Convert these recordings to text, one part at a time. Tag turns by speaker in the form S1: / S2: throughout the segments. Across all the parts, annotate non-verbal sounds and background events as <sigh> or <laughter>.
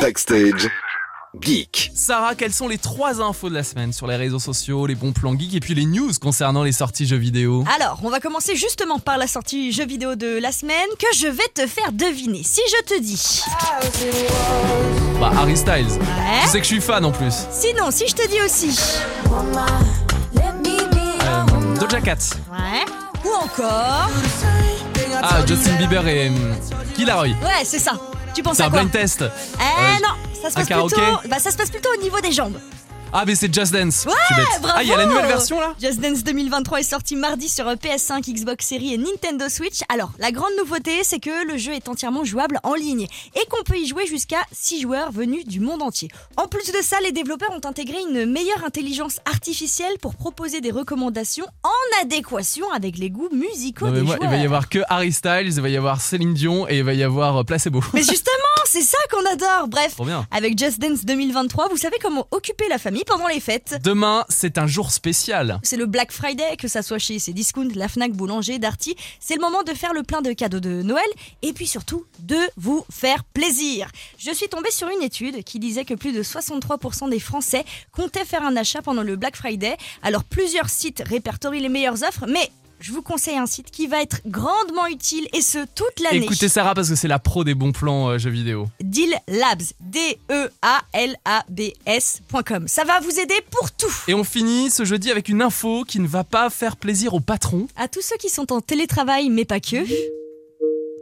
S1: Backstage Geek.
S2: Sarah, quelles sont les trois infos de la semaine sur les réseaux sociaux, les bons plans geeks et puis les news concernant les sorties jeux vidéo
S3: Alors, on va commencer justement par la sortie jeu vidéo de la semaine que je vais te faire deviner. Si je te dis.
S2: Bah Harry Styles.
S3: Ouais.
S2: Tu sais que je suis fan en plus.
S3: Sinon, si je te dis aussi.
S2: Euh, Doja Cat.
S3: Ouais. Ou encore.
S2: Ah, Justin Bieber et hum, Killaroy.
S3: Ouais, c'est ça. Tu penses
S2: C'est
S3: à
S2: un
S3: quoi
S2: blind test.
S3: Eh
S2: Euh,
S3: non, ça se
S2: un
S3: passe
S2: karaoké
S3: plutôt. Bah, ça se passe plutôt au niveau des jambes.
S2: Ah, mais c'est Just Dance. je suis bête.
S3: bravo
S2: ah, il y a la nouvelle version là
S3: Just Dance 2023 est sorti mardi sur PS5, Xbox Series et Nintendo Switch. Alors, la grande nouveauté, c'est que le jeu est entièrement jouable en ligne et qu'on peut y jouer jusqu'à 6 joueurs venus du monde entier. En plus de ça, les développeurs ont intégré une meilleure intelligence artificielle pour proposer des recommandations en adéquation avec les goûts musicaux
S2: Non, mais
S3: des
S2: moi, il
S3: joueurs.
S2: va y avoir que Harry Styles, il va y avoir Céline Dion et il va y avoir euh, Placebo.
S3: Mais justement, c'est ça qu'on adore.
S2: <laughs>
S3: Bref,
S2: Trop bien.
S3: avec Just Dance 2023, vous savez comment occuper la famille pendant les fêtes.
S2: Demain, c'est un jour spécial.
S3: C'est le Black Friday, que ça soit chez Cdiscount, la Fnac, Boulanger, Darty. C'est le moment de faire le plein de cadeaux de Noël et puis surtout de vous faire plaisir. Je suis tombée sur une étude qui disait que plus de 63% des Français comptaient faire un achat pendant le Black Friday. Alors plusieurs sites répertorient les meilleures offres, mais je vous conseille un site qui va être grandement utile et ce toute l'année.
S2: Écoutez Sarah parce que c'est la pro des bons plans euh, jeux vidéo.
S3: Deal Labs, E D-E-A-L-A-B-S.com. Ça va vous aider pour tout.
S2: Et on finit ce jeudi avec une info qui ne va pas faire plaisir au patron.
S3: À tous ceux qui sont en télétravail, mais pas que.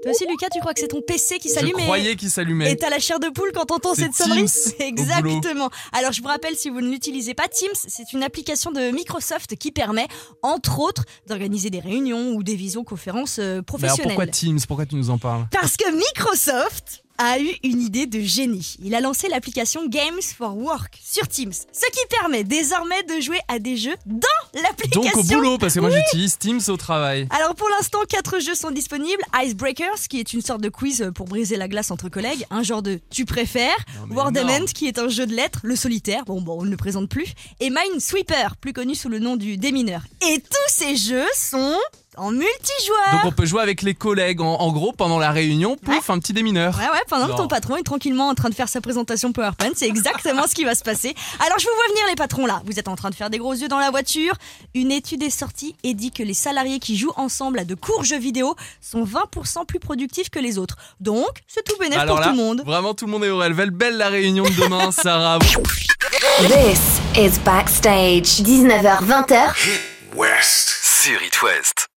S3: Toi aussi, Lucas, tu crois que c'est ton PC qui
S2: Je
S3: s'allume et-
S2: croyais qu'il s'allumait.
S3: et t'as la chair de poule quand t'entends
S2: C'est
S3: cette sonnerie <laughs>
S2: Teams au
S3: Exactement. Alors, je vous rappelle, si vous ne l'utilisez pas, Teams, c'est une application de Microsoft qui permet, entre autres, d'organiser des réunions ou des visioconférences euh,
S2: Mais alors
S3: professionnelles.
S2: pourquoi Teams Pourquoi tu nous en parles
S3: Parce que Microsoft a eu une idée de génie. Il a lancé l'application Games for Work sur Teams, ce qui permet désormais de jouer à des jeux dans l'application.
S2: Donc au boulot, parce que moi j'utilise Teams au travail.
S3: Alors pour l'instant, quatre jeux sont disponibles. Icebreakers, qui est une sorte de quiz euh, pour briser la glace entre collègues, un genre de tu préfères.
S2: Non, mais
S3: Wordament,
S2: énorme.
S3: qui est un jeu de lettres. Le solitaire, bon, bon on ne le présente plus. Et Minesweeper, plus connu sous le nom du démineur. Et tous ces jeux sont en multijoueur.
S2: Donc on peut jouer avec les collègues en, en gros pendant la réunion, pouf, un petit démineur.
S3: Ouais, ouais, pendant
S2: Non.
S3: que ton patron est tranquillement en train de faire sa présentation PowerPoint, c'est exactement ce qui va se passer. Alors, je vous vois venir, les patrons, là. Vous êtes en train de faire des gros yeux dans la voiture. Une étude est sortie et dit que les salariés qui jouent ensemble à de courts jeux vidéo sont 20% plus productifs que les autres. Donc, c'est tout bénéfique
S2: Alors
S3: pour
S2: là,
S3: tout le monde.
S2: vraiment tout le monde est au réveil. Belle la réunion de demain, <laughs> Sarah.
S4: This is Backstage. 19h-20h
S1: West. Série West.